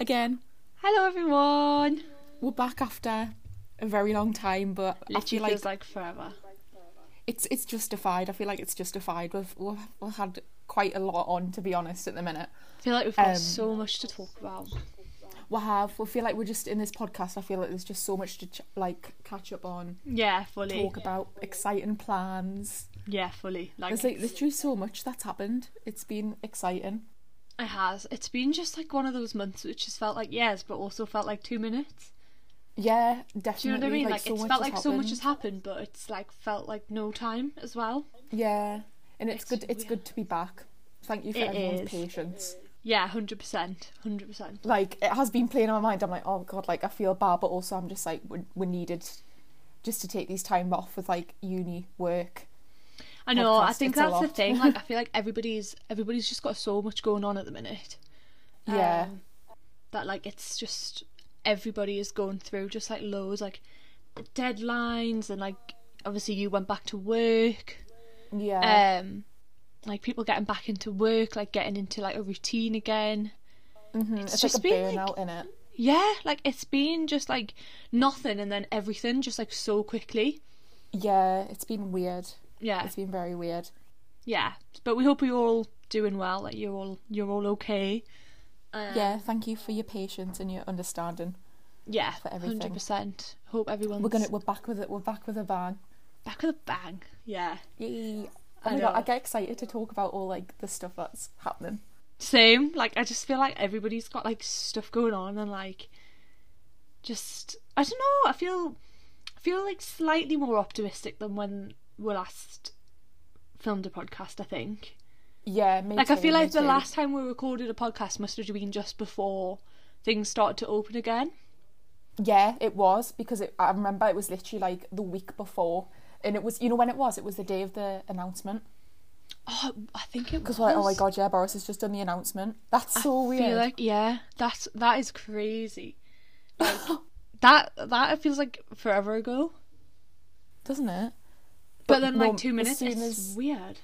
again. Hello, everyone. We're back after a very long time, but I Literally feel like feels like forever. it's it's justified. I feel like it's justified. We've we've, we've had quite a lot on, to be honest, at the minute. I feel like we've got Um, so much to talk about. We have. We feel like we're just in this podcast. I feel like there's just so much to ch- like catch up on, Yeah, fully. talk about, exciting plans. Yeah, fully. Like, There's like literally so much that's happened. It's been exciting. it has. It's been just like one of those months which has felt like years, but also felt like two minutes. Yeah, definitely. Do you know what I mean? Like, so it's much felt has like so much happened. has happened, but it's like felt like no time as well. Yeah, and it's, It's good. It's weird. good to be back. Thank you for It everyone's is. patience. Yeah, hundred percent, hundred percent. Like it has been playing on my mind. I'm like, oh god, like I feel bad, but also I'm just like, we we needed just to take these time off with like uni work. I know. I podcast, think it's a that's the lot. thing. Like, I feel like everybody's everybody's just got so much going on at the minute. Yeah, um, that like it's just everybody is going through just like loads like deadlines and like obviously you went back to work yeah, um like people getting back into work like getting into like a routine again Mhm, Mm-hmm. it's It's just like a been, like- burnout in it. yeah like it's been just like nothing and then everything just like so quickly Yeah, it's been weird. yeah It's been very weird. yeah but we hope you're all doing well like you're all you're all okay um, Yeah, thank you for your patience and your understanding. yeah for everything. 100% hope everyone's We're gonna, we're back with it. We're back with a bang. back with a bang yeah Yay! I Oh my god, know. I get excited to talk about all like the stuff that's happening. Same. Like I just feel like everybody's got like stuff going on and like just I don't know, I feel I feel like slightly more optimistic than when we last filmed a podcast, I think. Yeah, me Like I too, feel me like the too. last time we recorded a podcast must have been just before things started to open again. Yeah, it was because it, I remember it was literally like the week before, and it was you know when it was it was the day of the announcement Oh, I think it was because we're like oh my god yeah Boris has just done the announcement that's so I weird feel like yeah, that's that is crazy. Like that that feels like forever ago. doesn't it? But, then like no, 2 as minutes soon it's as- weird.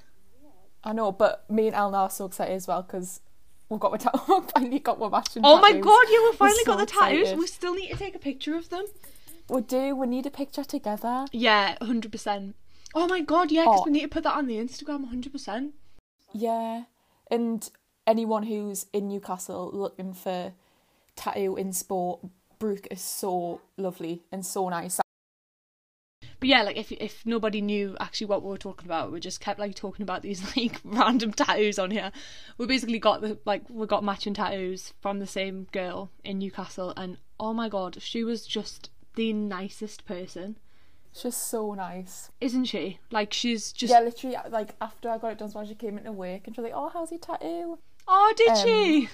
I know, but me and Al now are so excited as well because we've got my ta- finally got my matching. Oh my tattoos. god, yeah, we finally so got the tattoos. excited. We still need to take a picture of them. We do. We need a picture together. Yeah, 100%. Oh my god, yeah, because Oh. we need to put that on the Instagram 100%. Yeah, and anyone who's in Newcastle looking for tattoo in sport, Brooke is so lovely and so nice. But yeah, like if if nobody knew actually what we were talking about, we just kept like talking about these like random tattoos on here. We basically got the like we got matching tattoos from the same girl in Newcastle and oh my god, she was just the nicest person, She's so nice. isn't she? Like she's just Yeah, literally, like after I got it done, so she came into work and she was like, "Oh, how's your tattoo?" Oh, did um, she?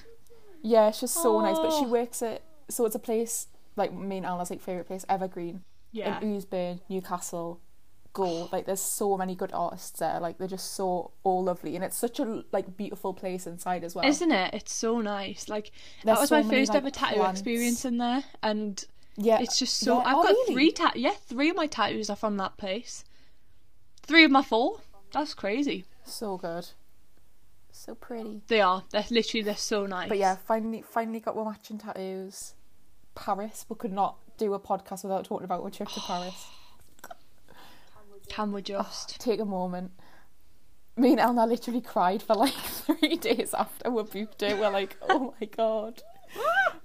Yeah, she's so nice. But she Oh. works at so it's a place like me and Anna's like favorite place, Evergreen Yeah. in Oosburn, Newcastle. Go like there's so many good artists there. Like they're just so all lovely, and it's such a like beautiful place inside as well. Isn't it? It's so nice. Like There's that was so my many, first like, ever tattoo plants. experience in there, and yeah, it's just so. yeah. I've Oh, got really? three tat. Yeah, three of my tattoos are from that place. Three of my four. That's crazy. So good, so pretty. They are. They're literally. They're so nice. But yeah, finally, finally got one matching tattoos. Paris, we could not do a podcast without talking about our Oh, trip to Paris. can we just? take a moment. Me and Elna literally cried for like three days after we booked it. We're like, oh my god,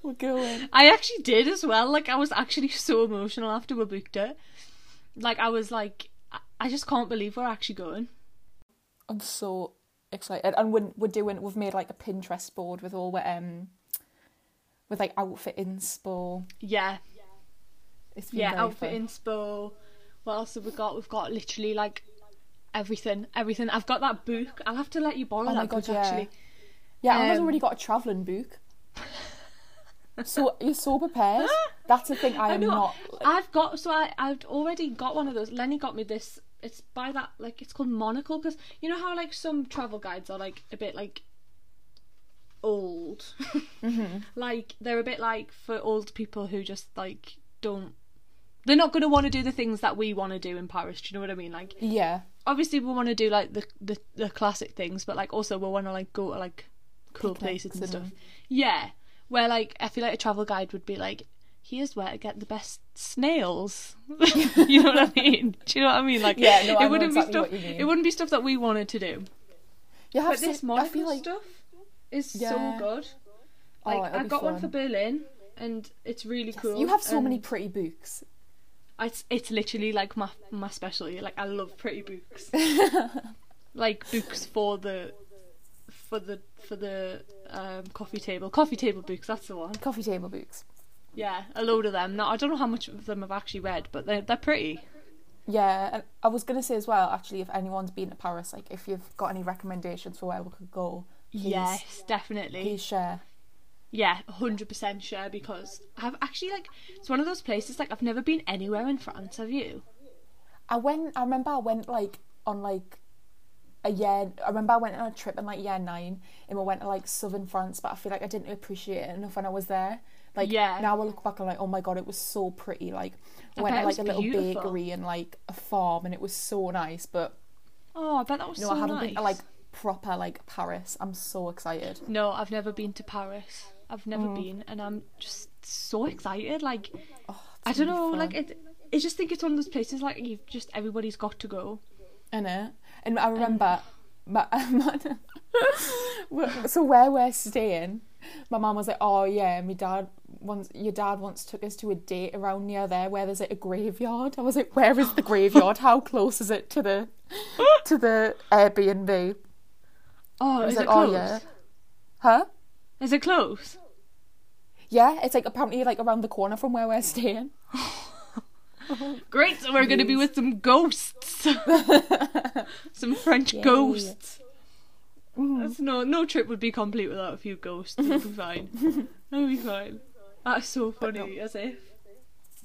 we're going. I actually did as well. Like I was actually so emotional after we booked it. Like I was like, I- I just can't believe we're actually going. I'm so excited, and we're, we're doing. We've made like a Pinterest board with all our um, with like outfit inspo. Yeah, It's been yeah, very outfit fun. inspo. What else have we got? We've got literally like everything, everything. I've got that book. I'll have to let you borrow Oh that my book God, yeah. actually. Yeah, Elna's um, already got a travelling book. So you're so prepared. That's the thing. I I am know. not. I've got so I I've already got one of those. Lenny got me this. It's by that like it's called Monocle because you know how like some travel guides are like a bit like old, Mm-hmm. like they're a bit like for old people who just like don't. They're not going to want to do the things that we want to do in Paris. Do you know what I mean? Like Yeah, obviously we want to do like the, the the classic things, but like also we want to like go to like cool places and Picnics stuff. and- Yeah, Where like I feel like a travel guide would be like, here's where to get the best snails. you know what I mean? Do you know what I mean? Like Yeah, no, I know it wouldn't exactly be what stuff. you mean. It wouldn't be stuff that we wanted to do. You have But this some- I monocle feel like, stuff is so Yeah. good. Oh, Like it'll I be got one fun. for Berlin, and it's really cool. You have so many and pretty books. It's it's literally like my my specialty. Like I love pretty books. like books for the for the for the um, coffee table coffee table books. That's the one. Coffee table books. Yeah, a load of them. Now I don't know how much of them I've actually read, but they're they're pretty. Yeah, and I was gonna say as well, actually, if anyone's been to Paris, like if you've got any recommendations for where we could go, please, Yes, definitely. please share. Yeah, hundred percent sure because I've actually like it's one of those places like I've never been anywhere in France. Have you? I went. I remember I went like on like a year. I remember I went on a trip in like year nine, and we went to like southern France. But I feel like I didn't appreciate it enough when I was there. Like Yeah. now I look back and I'm like, oh my god, it was so pretty. Like I went bet to like it was a little beautiful. bakery and like a farm, and it was so nice. But Oh, I bet that was no, so I haven't nice. been to like proper like Paris. I'm so excited. No, I've never been to Paris. I've never Mm. been, and I'm just so excited. Like Oh, I don't know, like it. I just think it's one of those places like you've just everybody's got to go. In it, and I remember, my, Well, so where we're staying, my mum was like, "Oh yeah, my dad once your dad once took us to a date around near there where there's like a graveyard." I was like, "Where is the graveyard? How close is it to the to the Airbnb?" Oh, I was is like, it close? "Oh yeah, huh? Is it close? Yeah, it's like apparently like around the corner from where we're staying." Great, so we're going to be with some ghosts. some French ghosts. Mm. That's no no trip would be complete without a few ghosts. It'll be fine. It'll be fine. That's so funny, as if.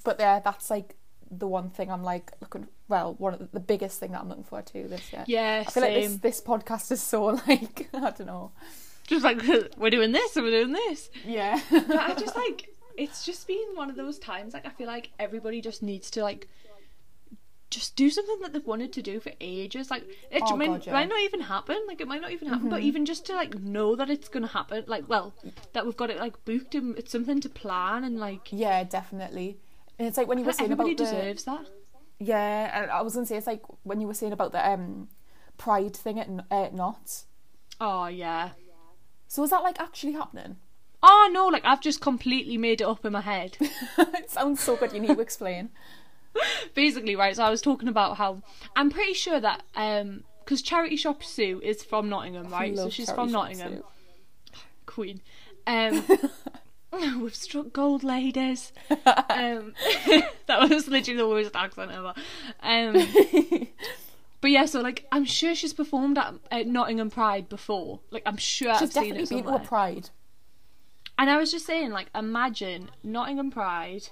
But yeah, that's like the one thing I'm like looking. Well, one of the, the biggest thing that I'm looking forward to this year. Yeah, I feel like this same. this podcast is so like I don't know. Just like we're doing this and we're doing this. Yeah. But I just like it's just been one of those times like I feel like everybody just needs to like just do something that they've wanted to do for ages. Like it Oh, might, God, yeah. Mm-hmm. might not even happen. Like it might not even happen. But even just to like know that it's gonna happen. Like well, that we've got it like booked and it's something to plan and like yeah, definitely. And it's like when you were saying everybody about the deserves that. yeah, and I was gonna say it's like when you were saying about the um pride thing at N- uh, Knots. Oh yeah. So is that like actually happening? Oh no! Like I've just completely made it up in my head. it sounds so good. You need to explain. basically right so i was talking about how i'm pretty sure that um because charity shop sue is from nottingham right so Love she's Charity from Shop nottingham Soup. queen um we've struck gold ladies um that was literally the worst accent ever um but yeah so like i'm sure she's performed at, at nottingham pride before like i'm sure She's i've seen definitely it been to somewhere. a pride. And I was just saying, like, imagine Nottingham Pride,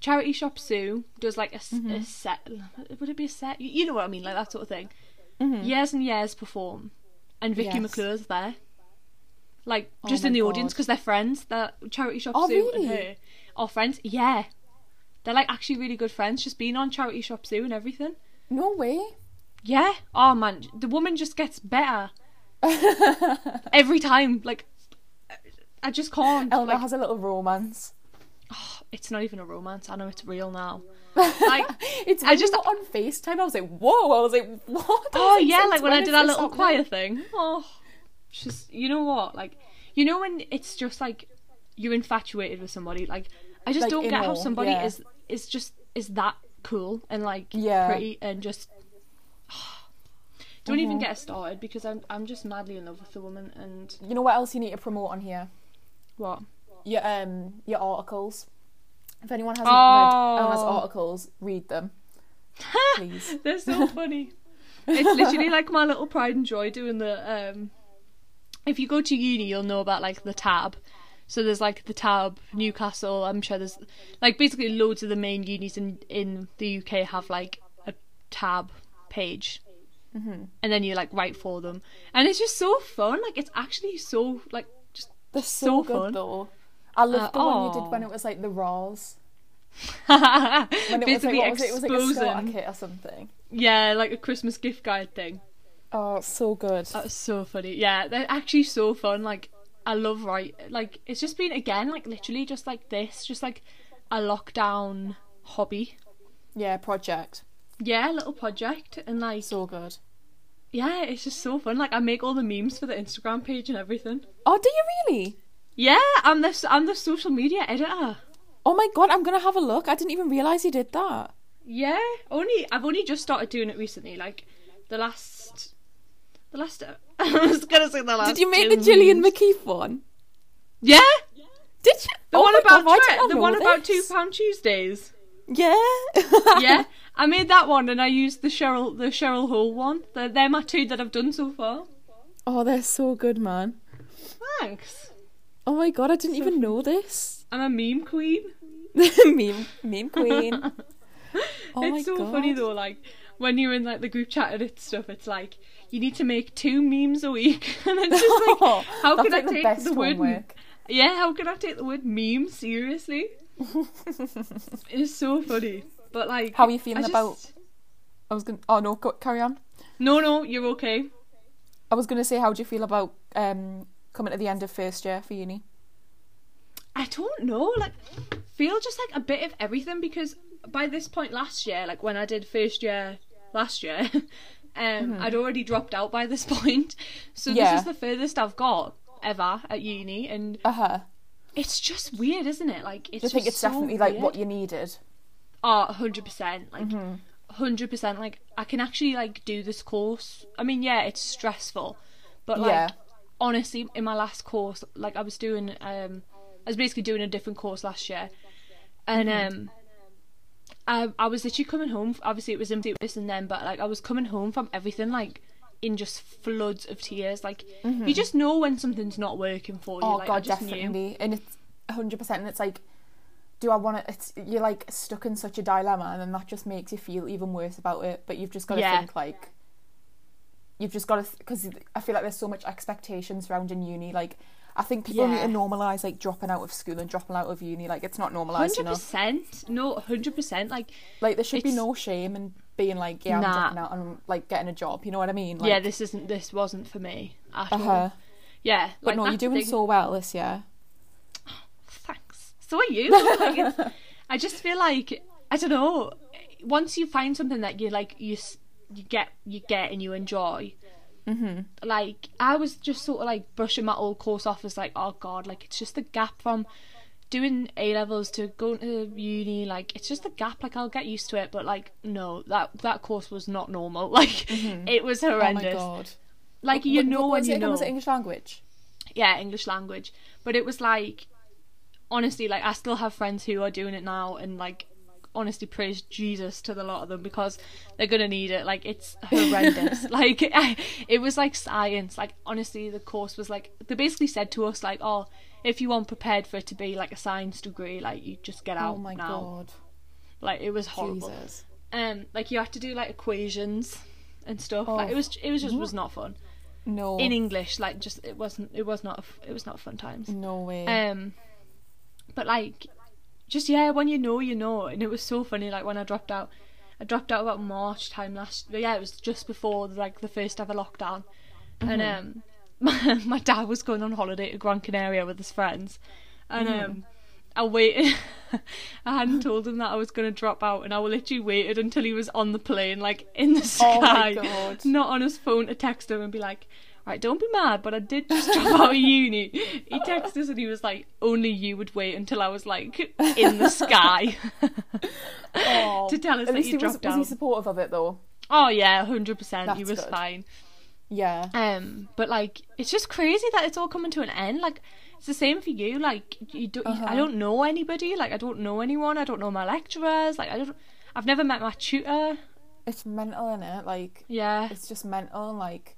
Charity Shop Sue does like a, s- Mm-hmm. a set. Would it be a set? You, you know what I mean, like that sort of thing. Years and years perform, and Vicky Mm-hmm. Yes. McClure's there, like Oh just my in the God. audience because they're friends. They're Charity Shop Oh, Sue really? and her are friends. Yeah, they're like actually really good friends. Just being on Charity Shop Sue and everything. No way. Yeah. Oh man, the woman just gets better every time. Like, I just can't. Elma like, has a little romance. it's not even a romance. I know it's real now. Like, It's I when I just- just got on FaceTime. I was like, whoa. I was like, what? I was oh yeah, since like when I is did that this little happening? choir thing. Oh, just you know what? Like, you know when it's just like you're infatuated with somebody. Like, I just Like, don't in get how awe, somebody yeah. is is just is that cool and like Yeah. pretty and just. Don't Uh-huh. even get us started because I'm I'm just madly in love with the woman and You know what else you need to promote on here? what? your um your articles. If anyone hasn't read Elma's Oh. articles, read them. Please. They're so funny. It's literally like my little pride and joy doing the um if you go to uni you'll know about like the tab. So there's like the tab, Newcastle, I'm sure there's like basically loads of the main unis in in the UK have like a tab page. Mm-hmm. And then you like write for them. And it's just so fun. Like it's actually so like just They're so, oh. So good fun. though. I loved the Uh, one you aw. did when it was like the Raws. When it basically was like, what was it? it was like a starter exposing. kit or something. Yeah, like a Christmas gift guide thing. Oh, so good. That's so funny. Yeah, they're actually so fun. Like, I love right. Like it's just been again like literally just like this, just like a lockdown hobby. Yeah, project. Yeah, little project and like So good. yeah, it's just so fun. Like I make all the memes for the Instagram page and everything. Oh, do you really? Yeah, I'm the s- I'm the social media editor. Oh my god, I'm gonna have a look. I didn't even realize you did that. Yeah, only I've only just started doing it recently. Like the last, the last. I was gonna say the last. Did you make the two Gillian memes. McKeith one? Yeah, Did you? the Oh one my about God, why didn't Tre- I the know one about two this? pound Tuesdays. Yeah. Yeah, I made that one and I used the Cheryl the Cheryl Hole one. They're, they're my two that I've done so far. Oh, they're so good, man. Thanks. Oh my god, I didn't even know this. I'm a meme queen. meme, meme queen. Oh my it's so god. funny though, like when you're in like the group chat and it's stuff, it's like you need to make two memes a week, and it's just like, how Oh, That's could I like the take best the word? homework. Yeah, how could I take the word meme seriously? it's so funny, but like, How are you feeling I about- I was gonna. Oh no, go, carry on. No, no, you're okay. I was gonna say, how do you feel about um coming to the end of first year for uni? I don't know. Like, feel just like a bit of everything because by this point last year, like when I did first year last year, um, I'd already dropped out by this point. So Mm-hmm. Yeah. this is the furthest I've got ever at uni, and Uh huh. it's just weird, isn't it? Like, it's Do you think just it's so definitely like weird. what Mm-hmm. you needed? Oh, 100%. Like, 100%. Like, I can actually, like, do this course. I mean, yeah, it's stressful. But, like, Yeah. honestly, in my last course, like, I was doing, um, I was basically doing a different course last year. And, Mm-hmm. um, I, I was literally coming home. Obviously, it was in this and then, but, like, I was coming home from everything, like, in just floods of tears. Like, you just know when something's not working for you. Mm-hmm. Oh like, I god, just knew. definitely. And it's hundred percent. And it's like, do I want to? It's you're like stuck in such a dilemma, and then that just makes you feel even worse about it. But you've just got to Yeah. think like, you've just got to because I feel like there's so much expectations around in uni. Like, I think people need Yeah. to normalize like dropping out of school and dropping out of uni. Like, it's not normalized enough. 100%. No, 100%. Like, Like, there should be It's- no shame in being like, yeah, I'm Nah. dropping out and like getting a job. You know what I mean? Like, yeah, this isn't this wasn't for me at uh-huh. all. Yeah, But like, no, you're that's the doing thing. so well this year. Oh Thanks. So are you? Like, it's- I just feel like I don't know. Once you find something that you like, you s- you get you get and you enjoy. Mm-hmm. Like I was just sort of like brushing my old course off as like, oh god, like it's just the gap from doing A levels to going to uni. Like it's just the gap. Like I'll get used to it, but like no, that that course was not normal. Like it was horrendous. Mm-hmm. Oh my god. Like you What- know what when was you it? know. Was it English language? yeah, English language. But it was like, honestly, like I still have friends who are doing it now, and like, honestly, praise Jesus to the lot of them because they're gonna need it. Like it's horrendous. like it was like science. Like honestly, the course was like they basically said to us like, oh, if you aren't prepared for it to be like a science degree, like you just get out Oh my now. god. Like it was horrible. Jesus. Um, like you had to do like equations and stuff. Like Oh. it was it was just was not fun No. in English. Like just it wasn't it was not a f- it was not fun times. no way. Um, but like, just yeah, when you know, you know, and it was so funny. Like when I dropped out, I dropped out about March time last. But yeah, it was just before like the first ever lockdown, and um, my, my dad was going on holiday to Gran Canaria with his friends, and Hmm. um. I waited. I hadn't told him that I was going to drop out, and I literally waited until he was on the plane, like in the sky, Oh my God. not on his phone to text him and be like, right, don't be mad, but I did just drop out of uni. He texted us and he was like, only you would wait until I was like in the sky. Oh. to tell us At that least you he was, dropped was he out. supportive of it though? oh yeah, 100%. he That's was good. fine. Yeah. Um, but like, it's just crazy that it's all coming to an end. Like, it's the same for you. Like, you don't. you- Uh-huh. I don't know anybody. Like, I don't know anyone. I don't know my lecturers. Like, I don't. I've never met my tutor. It's mental, innit? Like Yeah. it's just mental. and, Like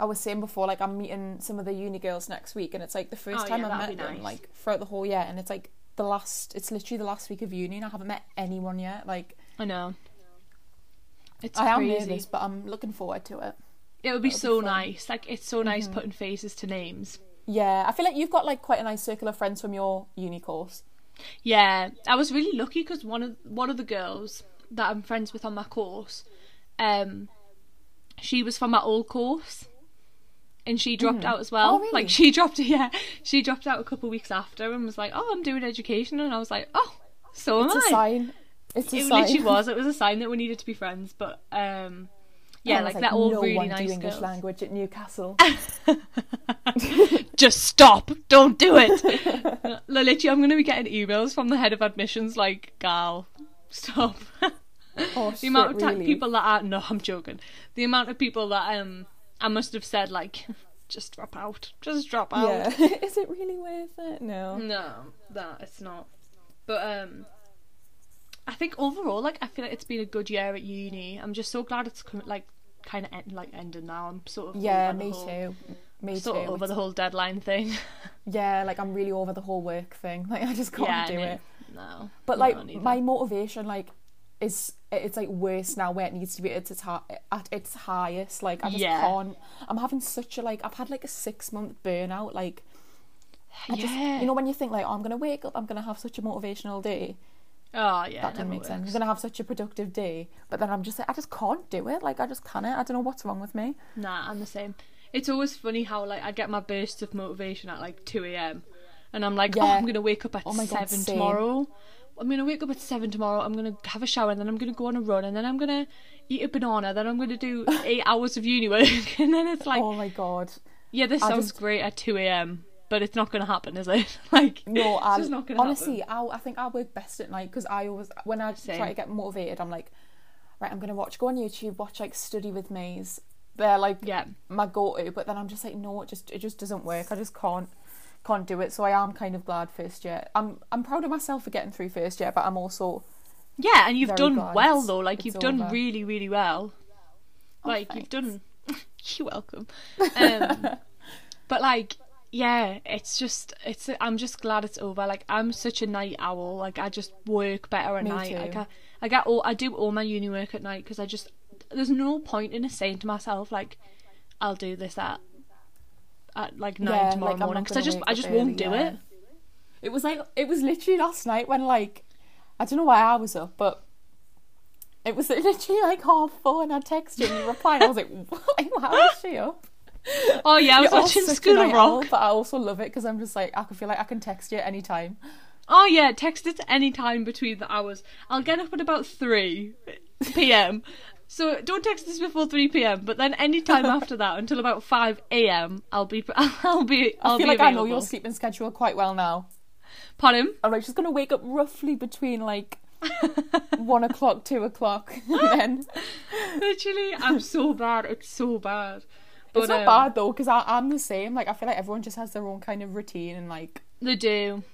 I was saying before, like I'm meeting some of the uni girls next week, and it's like the first Oh, time yeah, I met that'd be them, nice. like throughout the whole year, and it's like the last. It's literally the last week of uni, and I haven't met anyone yet. Like I know. It's I am crazy. nervous, but I'm looking forward to it. It would be so fun. nice. Like, it's so nice Mm-hmm. putting faces to names. Yeah, I feel like you've got like quite a nice circle of friends from your uni course. Yeah, I was really lucky because one of one of the girls that I'm friends with on my course, um, she was from my old course, and she dropped out as well. Oh, really? Like she dropped, yeah, she dropped out a couple of weeks after and was like, "Oh, I'm doing education," and I was like, "Oh, so It's am a I." sign. It's a it sign. literally was. It was a sign that we needed to be friends. But um, I yeah, was like, they're all no really one do nice English girls. language at Newcastle. Just stop! Don't do it. L- literally, I'm going to be getting emails from the head of admissions like, "Gal, stop." Oh, the amount of time really. people that are no, I'm joking. The amount of people that um, I must have said like, "Just drop out. Just drop out." Yeah. Is it really worth it? Mm, No. No, no, it's not. But um, I think overall, like, I feel like it's been a good year at uni. I'm just so glad it's com- like kind of end- like ending now. I'm sort of Yeah, over the me whole- too. Me Sort of too. over the whole deadline thing. Yeah, like I'm really over the whole work thing. Like I just can't yeah, do no, it. No, But no, like neither. my motivation, like, is it's like worse now where it needs to be at its hi- at its highest. Like I just Yeah. can't. I'm having such a like. I've had like a six month burnout. Like I yeah. just, you know, when you think like, oh, I'm gonna wake up, I'm gonna have such a motivational day. oh yeah, That doesn't never make sense. I'm works. gonna have such a productive day, but then I'm just like, I just can't do it. Like I just can't. I don't know what's wrong with me. Nah, I'm the same. It's always funny how like I get my bursts of motivation at like two a.m. and I'm like, oh, Yeah. I'm gonna wake up at Oh my God, seven same. tomorrow. I'm gonna wake up at seven tomorrow. I'm gonna have a shower and then I'm gonna go on a run and then I'm gonna eat a banana. Then I'm gonna do eight hours of uni work and then it's like, oh my god. yeah, this I sounds just- great at two a.m. But it's not gonna happen, is it? like, No, it's I just not gonna happen. honestly, I, I think I work best at night because I always when I Same. try to get motivated, I'm like, right, I'm gonna watch go on YouTube, watch like study with maze. They're like Yeah. my go-to, but then I'm just like, no, it just it just doesn't work. I just can't can't do it. So I am kind of glad first year. I'm I'm proud of myself for getting through first year, but I'm also Yeah, and you've Very done glad well it's- though. Like you've it's done over. really, really well. Oh, like thanks. you've done. You're welcome. Um, but like, yeah, it's just it's. I'm just glad it's over. Like I'm such a night owl. Like I just work better at Me night. too. Like I, I get all I do all my uni work at night because I just there's no point in saying to myself like I'll do this at at like nine Yeah, tomorrow like, I'm not morning because I gonna just wake I up just early, won't do yeah. it. it was like it was literally last night when like I don't know why I was up, but it was literally like half four, and I texted you and you replied. and I was like, what? how is she up? Oh yeah, I was You're all watching such a School of night owl, Rock. but I also love it because I'm just like I can feel like I can text you at any time. Oh yeah, text us any time between the hours. I'll get up at about three p.m. So don't text us before three p.m. But then any time after that until about five a.m. I'll be I'll be I I'll feel be like I know available. your sleeping schedule quite well now. Pardon? I'm like she's gonna wake up roughly between like one o'clock, two o'clock, and then Literally, I'm so bad. It's so bad. But, it's not um, bad though because I'm the same. Like I feel like everyone just has their own kind of routine and like They do.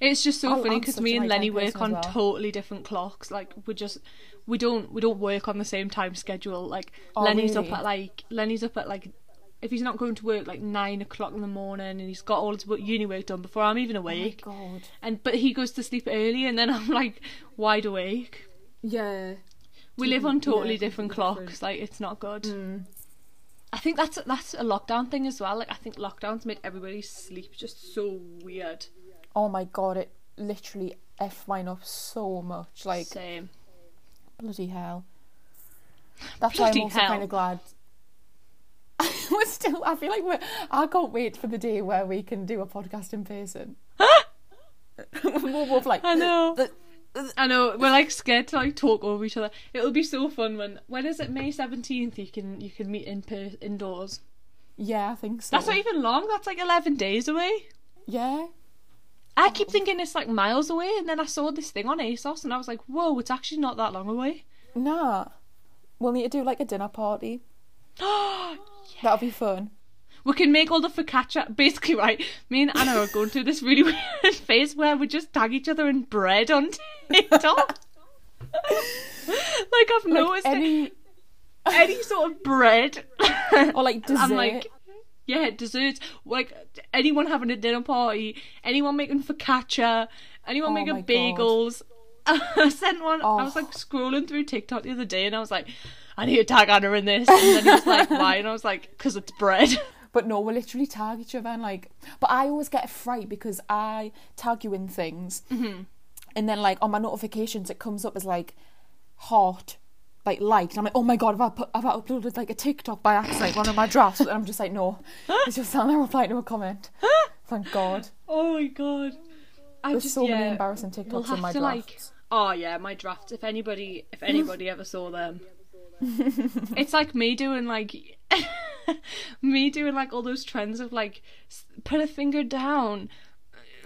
It's just so I'm- funny 'cause funny Oh, I'm because such me a and nighttime Lenny work person as on well. totally different clocks. Like we just we don't we don't work on the same time schedule. Like Oh, Lenny's really? up at like Lenny's up at like if he's not going to work like nine o'clock in the morning and he's got all his wo- uni work done before I'm even awake. Oh God, and but he goes to sleep early and then I'm like wide awake. yeah. We live on totally yeah, different. different Mm. clocks. Like it's not good. I think that's that's a lockdown thing as well. Like I think lockdowns made everybody sleep just so weird. Oh my God, it literally f mine up so much. Like Same. bloody hell. That's Bloody why I'm also hell. kind of glad. we're still. I feel like we're. I can't wait for the day where we can do a podcast in person. we're both like. I know. I know. We're like scared to like talk over each other. It'll be so fun when when is it May seventeenth? You can you can meet in per- indoors. Yeah, I think so. That's not even long. That's like eleven days away. Yeah. I keep thinking it's like miles away, and then I saw this thing on ASOS, and I was like, "Whoa, it's actually not that long away." Nah. We'll need to do like a dinner party. That'll be fun. We can make all the focaccia. Basically, right? Me and Anna are going through this really weird phase where we just tag each other in bread on TikTok. like I've noticed it- Any any sort of bread. or like dessert. I'm like, yeah, desserts. Like anyone having a dinner party, anyone making focaccia, anyone Oh my making God. bagels. I sent one. I was Oh. like scrolling through TikTok the other day, and I was like, I need to tag Anna in this. And then he was like, Why? And I was like, Because it's bread. But no, we'll literally tag each other and like. But I always get a fright because I tag you in Mm-hmm. things, and then like on my notifications it comes up as like heart like liked. And I'm like, oh my god, have I, put, have I uploaded like a TikTok by accident, one of my drafts? And I'm just like, no, it's just down there replying to a comment. Thank God. Oh my god. I There's just, so many yeah, embarrassing TikToks We'll have in my to like. drafts. Oh yeah, my drafts. If anybody, if anybody ever saw them, it's like me doing like, me doing like all those trends of like, s- put a finger down.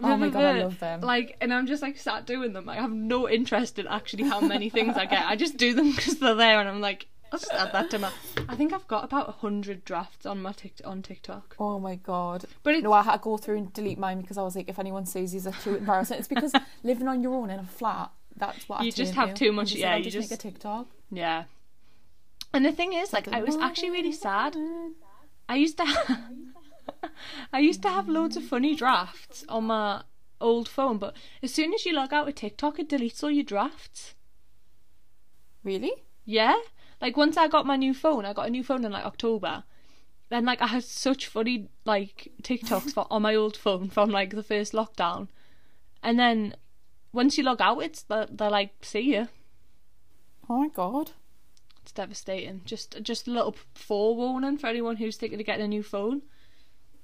Oh my God, I blah, love them. Like, and I'm just like sat doing them. Like, I have no interest in actually how many things I get. I just do them because they're there, and I'm like, I'll just add that to my. I think I've got about hundred drafts on my tick on TikTok. Oh my god! But it's- no, I had to go through and delete mine because I was like, if anyone sees these are too embarrassing, it's because living on your own in a flat. That's what I You just turned have to. too much- I'm just yeah, Like, I'll you just, just- make a TikTok. Yeah. And the thing is, like, I was actually really sad. I used to, I used to have loads of funny drafts on my old phone, but as soon as you log out of TikTok, it deletes all your drafts. Really? Yeah. Like once I got my new phone, I got a new phone in like October. Then like I had such funny like TikToks for, on my old phone from like the first lockdown, and then once you log out, it's they're, they're like see ya. Oh my god! It's devastating. Just just a little forewarning for anyone who's thinking of getting a new phone.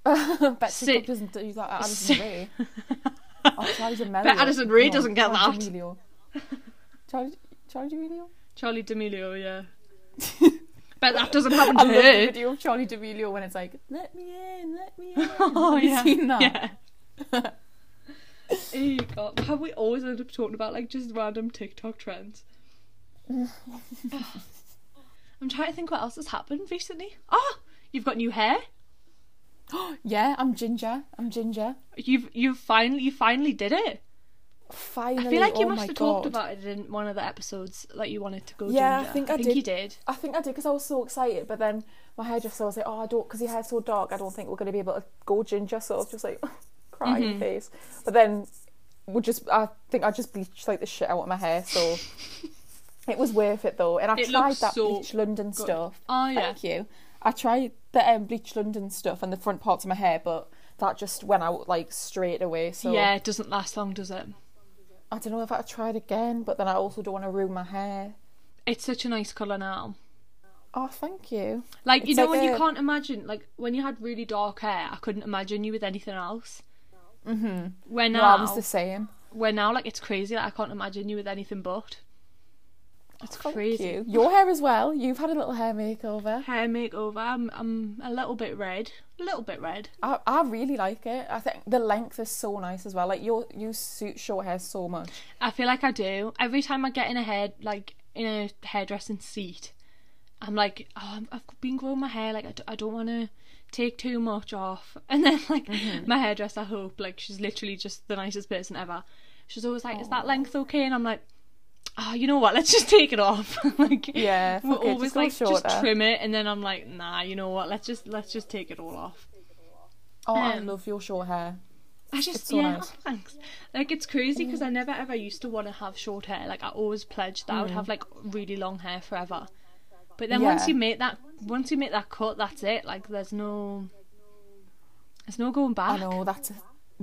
Bet Sit- TikTok doesn't do that. At Addison Sit- Ray. Oh, Charlie D'Amelio. Bet Addison Rae No, doesn't get Charli that. D'Amelio. Charlie, Charlie D'Amelio. Charlie D'Amelio, yeah. Bet that doesn't happen I to love the her. video of Charlie D'Amelio when it's like, "Let me in, let me in." Oh Have you yeah. seen that? Yeah. Eh, God. Have we always ended up talking about like just random TikTok trends? I'm trying to think what else has happened recently. Ah! Oh, you've got new hair. Yeah, I'm Ginger. I'm Ginger. You've you've finally you finally did it. Finally, I feel like you oh must my have god. talked about it in one of the episodes that you wanted to go. Yeah, I ginger. think I think did. you did. I think I did because I was so excited, but then my hairdresser was like, "Oh, I don't," because your hair's so dark. I don't think we're going to be able to go ginger. So I was just like, crying Mm-hmm. face. But then we just, I think I just bleached like the shit out of my hair. So it was worth it though. And I It tried looks that so bleach London stuff. Oh yeah. Thank you. I tried the um, bleach London stuff and the front parts of my hair, but that just went out like straight away. So Yeah, it doesn't last long, does it? I don't know if I tried again, but then I also don't want to ruin my hair. It's such a nice colour now. Oh, thank you. Like you It's know like when you a- can't imagine like when you had really dark hair, I couldn't imagine you with anything else. Mm-hmm. Where No, now I was the same. where now like it's crazy like, I can't imagine you with anything but. It's Thank crazy. you. Your hair as well. You've had a little hair makeover. Hair makeover. I'm I'm a little bit red. A little bit red. I, I really like it. I think the length is so nice as well. Like your you suit short hair so much. I feel like I do. Every time I get in a hair like in a hairdressing seat, I'm like, oh, I'm, I've been growing my hair. Like I, d- I don't want to take too much off. And then like Mm-hmm. my hairdresser, Hope, like she's literally just the nicest person ever. She's always like, is that length okay? And I'm like. Oh, you know what? Let's just take it off. like, Yeah, we're fuck it, always just go like, shorter. just trim it, and then I'm like, nah, you know what? Let's just let's just take it all off. Oh, I Um, love your short hair. I just It's so yeah, nice. oh, thanks. Like it's crazy because I never ever used to want to have short hair. Like I always pledged that I would have like really long hair forever. But then once Yeah. you make that once you make that cut, that's it. Like there's no there's no going I back. know that's a,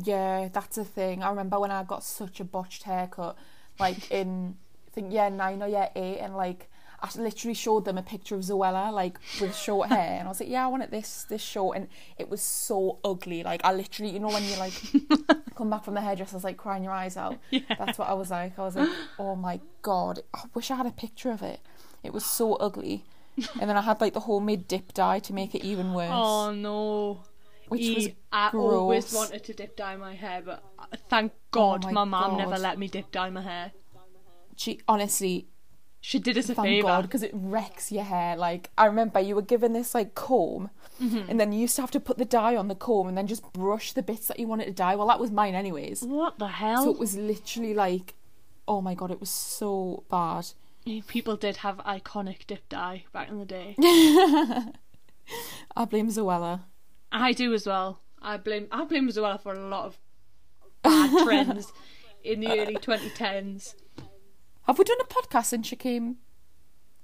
yeah, that's a thing. I remember when I got such a botched haircut, like in I think yeah nine or yeah eight, and like I literally showed them a picture of Zoella like with short hair, and I was like, yeah, I want it this this short, and it was so ugly. Like I literally, you know, when you like come back from the hairdresser's like crying your eyes out. That's what I was like. I was like, oh my god, I wish I had a picture of it. It was so ugly. And then I had like the homemade dip dye to make it even worse, Oh no. which E- was I gross. Oh always wanted to dip dye my hair, but uh, thank God my my, mum mom never God. let me dip dye my hair. She honestly, She did us a thank favor. God, because it wrecks your hair. Like I remember, you were given this like comb, Mm-hmm. and then you used to have to put the dye on the comb and then just brush the bits that you wanted to dye. Well, that was mine, anyways. What the hell? So it was literally like, oh my god, it was so bad. People did have iconic dip dye back in the day. I blame Zoella. I do as well. I blame I blame Zoella for a lot of bad trends in the early 2010s. Have we done a podcast since she came?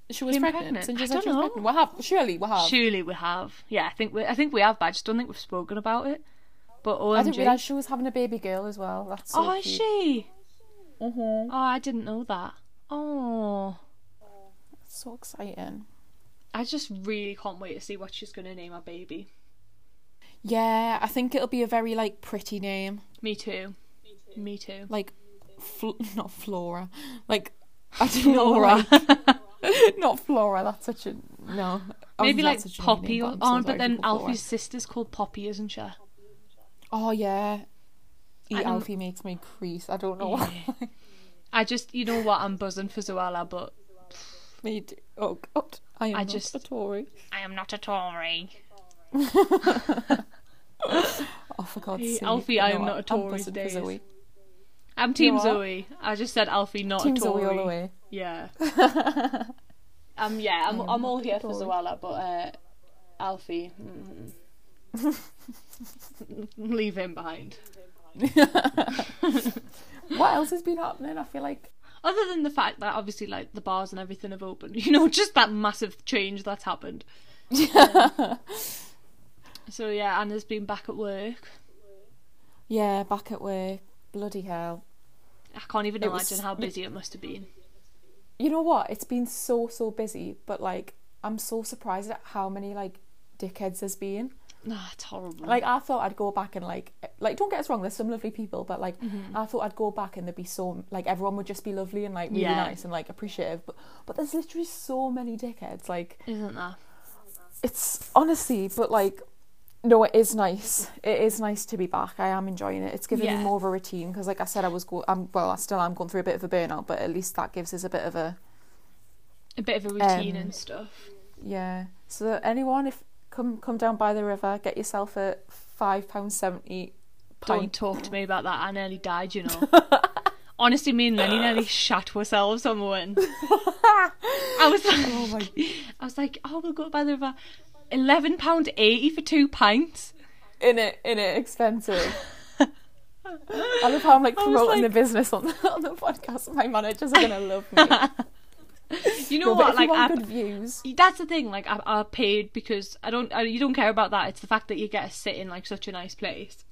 She was Came pregnant. pregnant? Since I she said don't she was know. pregnant. We have surely we have. Surely we have. Yeah, I think we I think we have, but I just don't think we've spoken about it. But OMG. I didn't realise she was having a baby girl as well. That's so oh, is cute. she? Mhm. Oh, I didn't know that. Oh. So exciting. I just really can't wait to see what she's going to name our baby. Yeah, I think it'll be a very like pretty name, Me too. Me too. like fl- not Flora, like I don't know, right? not Flora. That's such a no. Maybe Obviously, that's like such a new Poppy. name, Or, I'm so oh, but sorry, then people, Flora. Alfie's sister's called Poppy, isn't she? Oh yeah, E I don't- Alfie makes me crease. I don't know why. I just, you know what, I'm buzzing for Zoella, but me do. Oh God, I am I not just- a Tory. I am not a Tory. Oh for God's Hey, sake, Alfie, I am not a Tory buzzing for days. Zoe. I'm Team You are? Zoe. I just said Alfie, not Team a Tory. Zoe all the way. Yeah. um. Yeah. I'm. I'm all here for Tory. Zoella, but uh, Alfie. mm, mm. Leave him behind. What else has been happening? I feel like Other than the fact that obviously, like the bars and everything have opened, you know, just that massive change that's happened. So yeah, Anna's been back at work. yeah, back at work. Bloody hell. I can't even It was- imagine how busy it must have been. you know what? It's been so so busy, but like I'm so surprised at how many like dickheads there's been. No, it's horrible. Like I thought I'd go back and like eh, like don't get us wrong, there's some lovely people, but like I thought I'd go back and there'd be so like everyone would just be lovely and like really Yeah. nice and like appreciative, but but there's literally so many dickheads. Like isn't that? it's honestly, but like. No, it is nice. It is nice to be back. I am enjoying it. It's giving Yeah. me more of a routine because, like I said, I was go. I'm well. I still am going through a bit of a burnout, but at least that gives us a bit of a A bit of a routine Um, and stuff. Yeah. So anyone, if come come down by the river, get yourself a five pound seventy Don't pint. talk to me about that. I nearly died, you know. Honestly, me and Lenny nearly shat ourselves on one. I was like, Oh I was like, oh, we'll go by the river. Eleven pound eighty for two pints. In it, in it, expensive. I love how I'm like I was promoting like- the business on the, on the podcast. My managers are gonna love me. You know No, but what? if you Like, want I, good views, that's the thing. Like, I, I paid because I don't. I, you don't care about that. It's the fact that you get to sit in like such a nice place.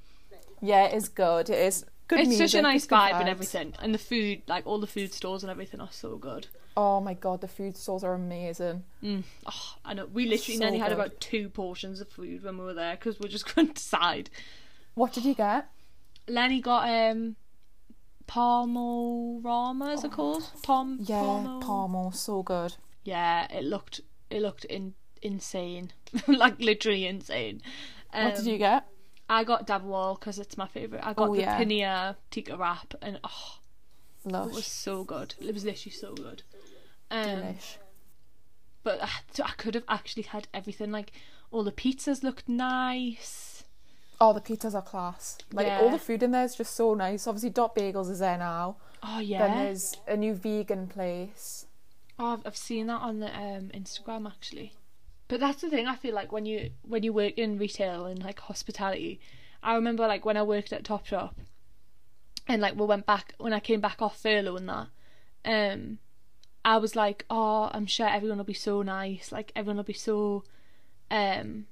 yeah, it is good. It is good. it's music, such a nice it's good vibe and vibes. everything. And the food, like all the food stores and everything, are so good. Oh my god, the food stores are amazing. Oh, I know. We literally So nearly had good. about two portions of food when we were there because we're just going to decide. What did you get? Lenny got um Palmorama is it called? Palm Oh. Yeah, Palmo- Parmo, so good. Yeah, it looked it looked in, insane. like literally insane. Um, what did you get? I got Davwall because it's my favourite. I got Oh, the yeah. Pinia Tikka wrap and oh it was Lush, so good. It was literally so good. Um, delish. but I, I could have actually had everything. Like all the pizzas looked nice. Oh, the pizzas are class. Like Yeah. all the food in there is just so nice. Obviously, Dot Bagels is there now. Oh yeah. Then there's a new vegan place. Oh, I've, I've seen that on the um, Instagram actually. But that's the thing I feel like when you when you work in retail and like hospitality. I remember like when I worked at Topshop, and like we went back when I came back off furlough and that. Um, I was like, oh, I'm sure everyone will be so nice. Like everyone will be so, um,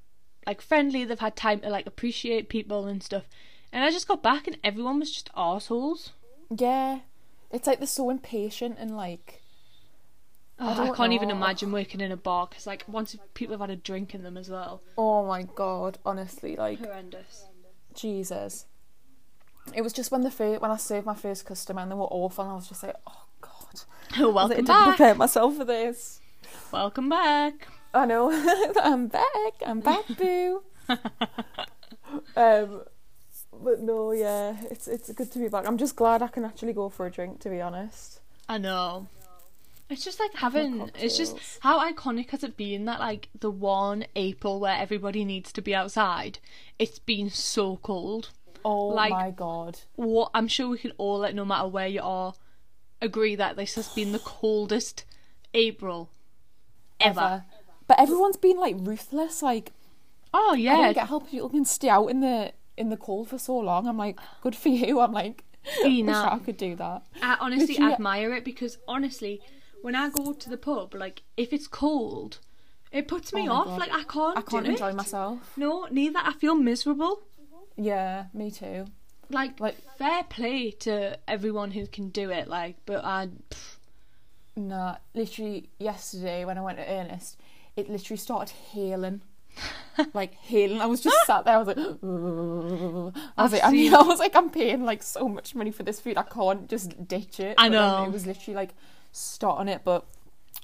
like friendly. They've had time to like appreciate people and stuff. And I just got back and everyone was just assholes. Yeah, it's like they're so impatient and like Oh, I, don't can't even know. imagine working in a bar because like once people have had a drink in them as well. oh my god, honestly, like horrendous. Jesus. It was just when the first, when I served my first customer and they were awful, and I was just like, oh god, I was like, I Welcome didn't back. prepare myself for this. Welcome back. I know. I'm back. I'm back, boo. um, but no, yeah, it's it's good to be back. I'm just glad I can actually go for a drink, to be honest. I know. It's just like having. It's just cocktails. how iconic has it been that like the one April where everybody needs to be outside. It's been so cold. Oh Like- my god. What I'm sure we can all, like, no matter where you are, agree that this has been the coldest April ever. Ever. But everyone's been like ruthless. Like Oh I yeah, don't get how people can stay out in the in the cold for so long. I'm like, good for you. I'm like, Clean wish up. I could do that. I honestly Literally- admire it because honestly, when I go to the pub, like if it's cold, it puts me Oh my off. God. Like I can't. I can't do enjoy it. myself. No, neither. I feel miserable. Yeah, me too. Like, Like- fair play to everyone who can do it. Like, but I, pff, Nah, literally yesterday when I went to Ernest, it literally started hailing. like hailing. I was just sat there, I was like I was I've like, I mean, seen- I was like, I'm paying like so much money for this food, I can't just ditch it. I But then know. It was literally like starting it, but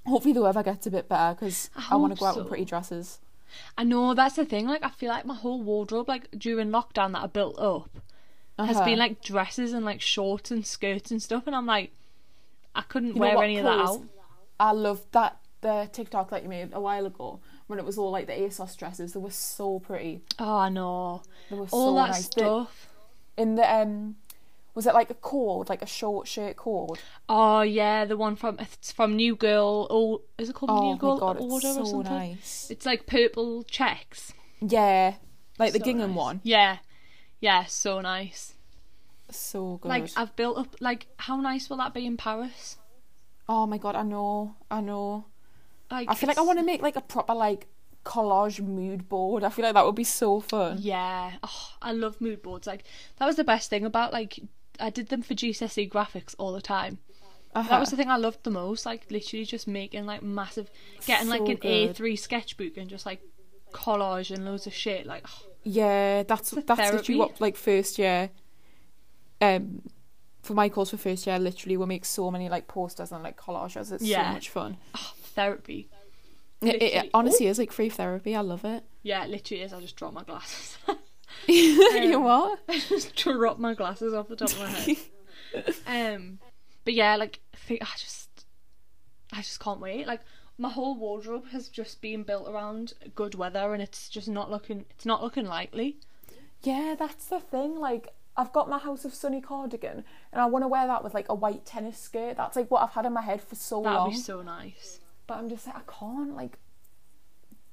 hopefully the weather gets a bit better because I I, want to hope go out in so. pretty dresses. I know that's the thing. Like I feel like my whole wardrobe, like during lockdown, that I built up, has Uh-huh. been like dresses and like shorts and skirts and stuff, and I'm like, I couldn't You know wear what any of that colours? out. I loved that the TikTok that you made a while ago when it was all like the ASOS dresses. They were so pretty. Oh, I know. They were All so that nice. The- stuff. in the um, was it like a cord, like a short shirt cord? Oh yeah, the one from it's from New Girl. Oh, is it called Oh New my Girl god, Order it's so or something? nice. It's like purple checks. Yeah, like the So gingham nice. one. Yeah, yeah, so nice. So good. Like I've built up. Like how nice will that be in Paris? oh my god, I know, I know. Like I feel like I it's- want to make like a proper like collage mood board. I feel like that would be so fun. Yeah, oh, I love mood boards. Like that was the best thing about like I did them for GCSE E graphics all the time. That Uh-huh. was the thing I loved the most. Like literally just making like massive, getting like So an good. A3 sketchbook and just like collage and loads of shit. Like oh, Yeah, that's It's a that's therapy. literally what like first year. Um, for my course for first year, literally we'll make so many like posters and like collages. It's Yeah. so much fun. oh, therapy. It- It, Literally. it honestly is like free therapy. I love it. Yeah, it literally is. I just drop my glasses. you know Um, what? I just drop my glasses off the top of my head. um, but yeah, like I think I just, I just can't wait. Like my whole wardrobe has just been built around good weather, and it's just not looking, it's not looking likely. Yeah, that's the thing. Like, I've got my House of Sunny cardigan, and I want to wear that with like a white tennis skirt. That's like what I've had in my head for so That would long. be so nice. but I'm just like, I can't. Like,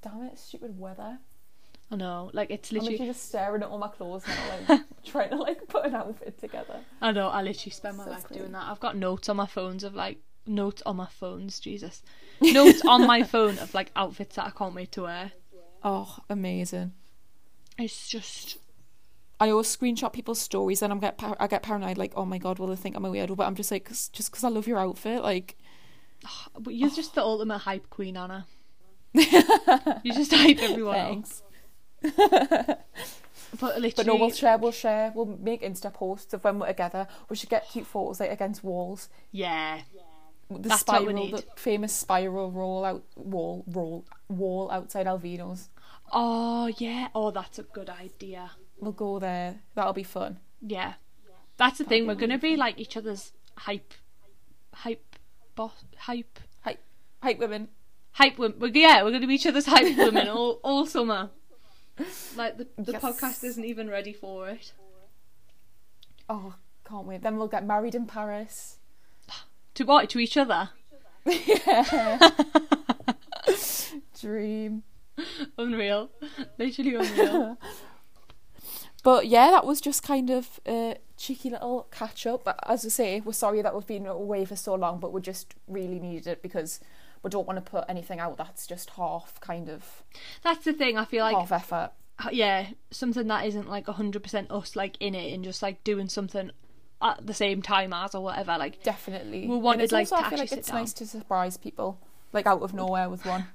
damn it, stupid weather. I know, like it's I'm literally. literally just staring at all my clothes now, like trying to like put an outfit together. I know. I literally spend my So life silly. doing that. I've got notes on my phones of like notes on my phones. Jesus, notes on my phone of like outfits that I can't wait to wear. Oh, amazing. It's just I always screenshot people's stories, and I'm get par- I get paranoid. Like, oh my god, will they think I'm a weirdo? But I'm just like, cause, just because I love your outfit, like, But you're just the ultimate hype queen, Anna. you just hype everyone else. thanks. But literally, But no, we'll share, we'll share, we'll make Insta posts of when we're together. We should get cute photos like against walls. yeah, The That's what we spiral, need. the famous spiral roll out wall, roll wall outside Alvino's. oh yeah, oh that's a good idea. We'll go there. That'll be fun. Yeah, that's the thing. We're gonna be like each other's hype, hype boss, hype, Hype, hype women. hype women. We're, yeah, we're gonna be each other's hype women all all summer. Like the the Yes. podcast isn't even ready for it. Oh, can't wait. Then we'll get married in Paris. To what? To each other. Dream. Unreal, literally unreal. But yeah, that was just kind of a cheeky little catch up. But As I say, we're sorry that we've been away for so long, but we just really needed it because we don't want to put anything out that's just half kind of that's the thing. I feel like half effort. h- yeah, something that isn't like 100% us like in it and just like doing something at the same time as or whatever. Like, Definitely. We wanted, And it's like, also, to I feel actually like sit it's down. nice to surprise people, like out of nowhere with one. Um,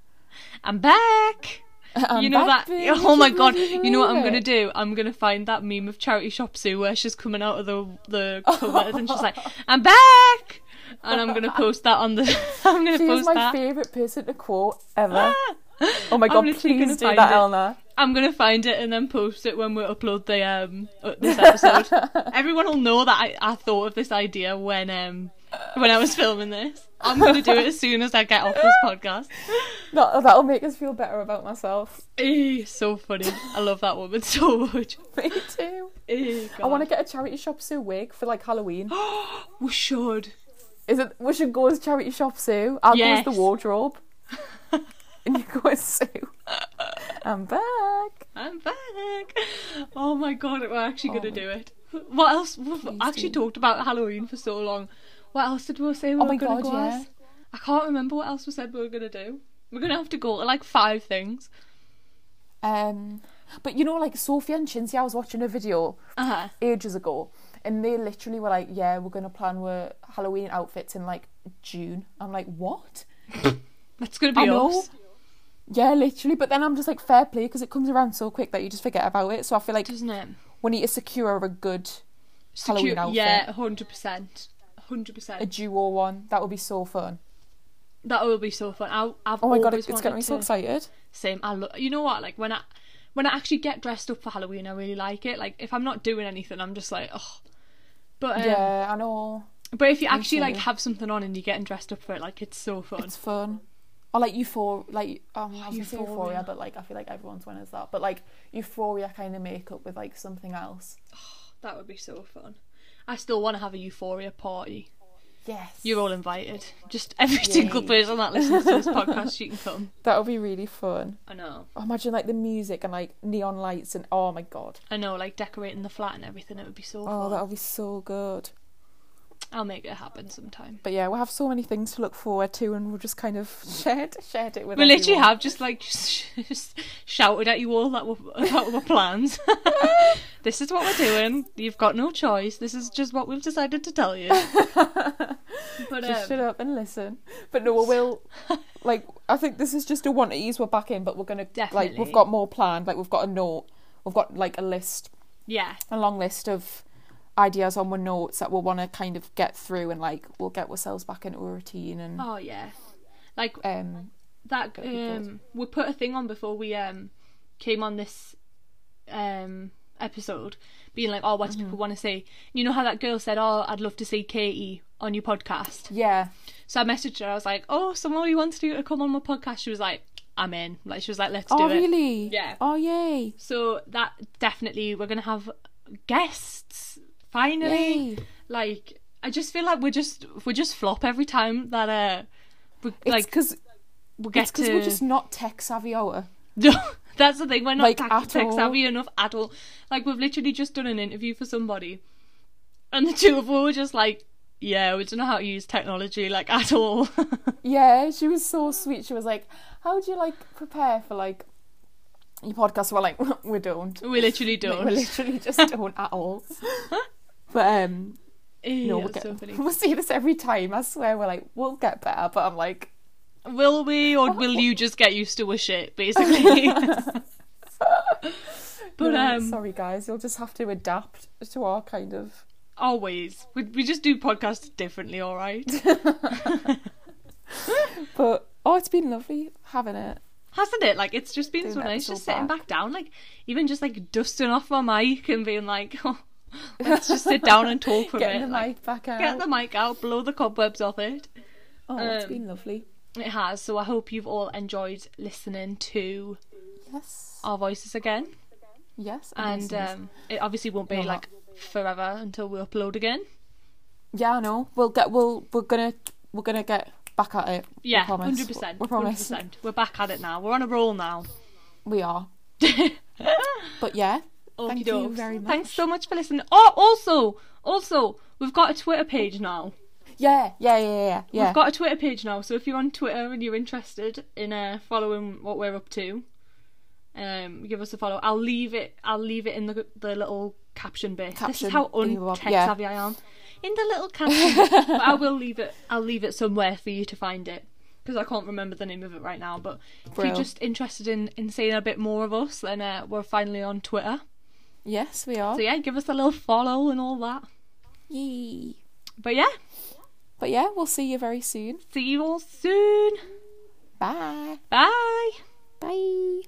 I'm back! I'm you know back, that? bitch, oh my you god! bloody You know what I'm believe gonna it. do? I'm gonna find that meme of Charity Shop Sue where she's coming out of the the cupboard and she's like, "I'm back," and I'm gonna post that on the. I'm gonna She is post my that. favourite person to quote ever. oh my god, literally gonna please do find that, it. Elna. I'm gonna find it and then post it when we upload the um uh, this episode. Everyone will know that I, I thought of this idea when um when I was filming this. I'm gonna do it as soon as I get off this podcast. That, that'll make us feel better about myself. Eh, so funny. I love that woman so much. Me too. Eh, I want to God. get a charity shop Sue wig for like Halloween. We should. Is it? We should go as charity shop Sue. I'll go as Yes. the wardrobe, and you go as Sue. I'm back. I'm back. Oh my god, we're actually gonna Oh my- do it. What else? We've actually do. talked about Halloween for so long. What else did we say we Oh were my gonna God, go yeah. as? I can't remember what else we said we were gonna do. We're gonna have to go to like five things. Um, but you know, like Sophie and Chincy, I was watching a video Uh huh. ages ago, And they literally were like, "Yeah, we're gonna plan our Halloween outfits in like June." I'm like, "What?" That's gonna be I know. us. Yeah, literally. But then I'm just like, "Fair play," because it comes around so quick that you just forget about it. So I feel like Doesn't it? we need to secure a good Secu- Halloween outfit. Yeah, hundred percent. Hundred a percent. duo one. That would be so fun. That will be so fun. I, I've Oh my god, always it's getting me wanted so to- excited. Same. I lo- you know what? Like when I when I actually get dressed up for Halloween, I really like it. Like if I'm not doing anything, I'm just like, oh. But um, yeah, I know. but if you actually like too. have something on and you're getting dressed up for it, like it's so fun. It's fun. Or like euphoria, like um, I was gonna say Euphoria. euphoria, but like I feel like everyone's one is that. But like euphoria kind of makeup with like something else. That would be so fun. I still want to have a euphoria party. Yes, You're all invited. Just every single person that listens to this podcast, you can come. That would be really fun. I know. Oh, imagine like the music and like neon lights and oh my god. I know, like decorating the flat and everything, it would be so Oh, fun. that would be so good. I'll make it happen sometime. But yeah, we'll have so many things to look forward to, and we'll just kind of shared shared it with. We literally everyone. have just like sh- just shouted at you all that were about our plans. this is what we're doing. You've got no choice. This is just what we've decided to tell you. but Just shut um, up and listen. But no, we will. like, I think this is just a one to ease. We're back in, but we're gonna like Definitely. we've got more planned. Like we've got a note. We've got like a list, yeah, a long list of ideas on one notes that we'll want to kind of get through, and like we'll get ourselves back into a routine and oh yeah, like um. that. Gotta be good. Um, we put a thing on before we um came on this um episode, being like, oh, what do Mm-hmm. people want to see? You know how that girl said, oh, I'd love to see Katie on your podcast. Yeah, So I messaged her. I was like, "Oh, somebody wants you to come on my podcast." She was like, "I'm in." Like she was like, "Let's Oh, do it." really? Yeah. Oh, yay. So that definitely we're gonna have guests finally. Yay. Like I just feel like we're just we just flop every time that uh we It's like because we get to. we're just not tech savvy, are we? No, that's the thing. We're not Like, tech, at tech all. savvy enough at all. Like we've literally just done an interview for somebody, and the two of us were just like, "Yeah, we don't know how to use technology like at all." Yeah, she was so sweet. She was like, "How do you like prepare for like your podcast?" We're like, "We don't. we literally Like, don't. we literally just don't at all." But um, no, no, we'll, that's get, so funny. we'll see this every time. I swear, we're like, we'll get better. But I'm like, Will we, or will you just get used to a shit, basically? but "No, um, sorry guys, you'll just have to adapt to our kind of. always we we just do podcasts differently, all right? But oh, it's been lovely having it. Hasn't it? Like it's just been Doing so that nice, so just sitting back down, like even just like dusting off my mic and being like, oh, let's just sit down and talk for a Getting bit. the like, mic back out. Get the mic out, blow the cobwebs off it. oh, it's um, been lovely. It has. So I hope you've all enjoyed listening to Yes. our voices again. yes. And yes. um, it obviously won't be You're like forever until we upload again. Yeah, I know. We'll get. We'll. We're gonna. We're gonna get back at it. We Yeah, promise. hundred percent. We promise. 100%. We're back at it now. We're on a roll now. We are. But yeah, Okey thank you dokes. very much. Thanks so much for listening. Oh, also, also, we've got a Twitter page now. Yeah, yeah, yeah, yeah, yeah. We've got a Twitter page now. So if you're on Twitter and you're interested in uh, following what we're up to, um, give us a follow. I'll leave it. I'll leave it in the the little caption bit. this Caption, is how in the- untech yeah. savvy I am. In the little caption, bit. but I will leave it. I'll leave it somewhere for you to find it because I can't remember the name of it right now. But if Brill. you're just interested in in seeing a bit more of us, then uh, we're finally on Twitter. yes, we are. So yeah, give us a little follow and all that. Yee. But yeah, But yeah, we'll see you very soon. see you all soon. Bye. Bye. Bye.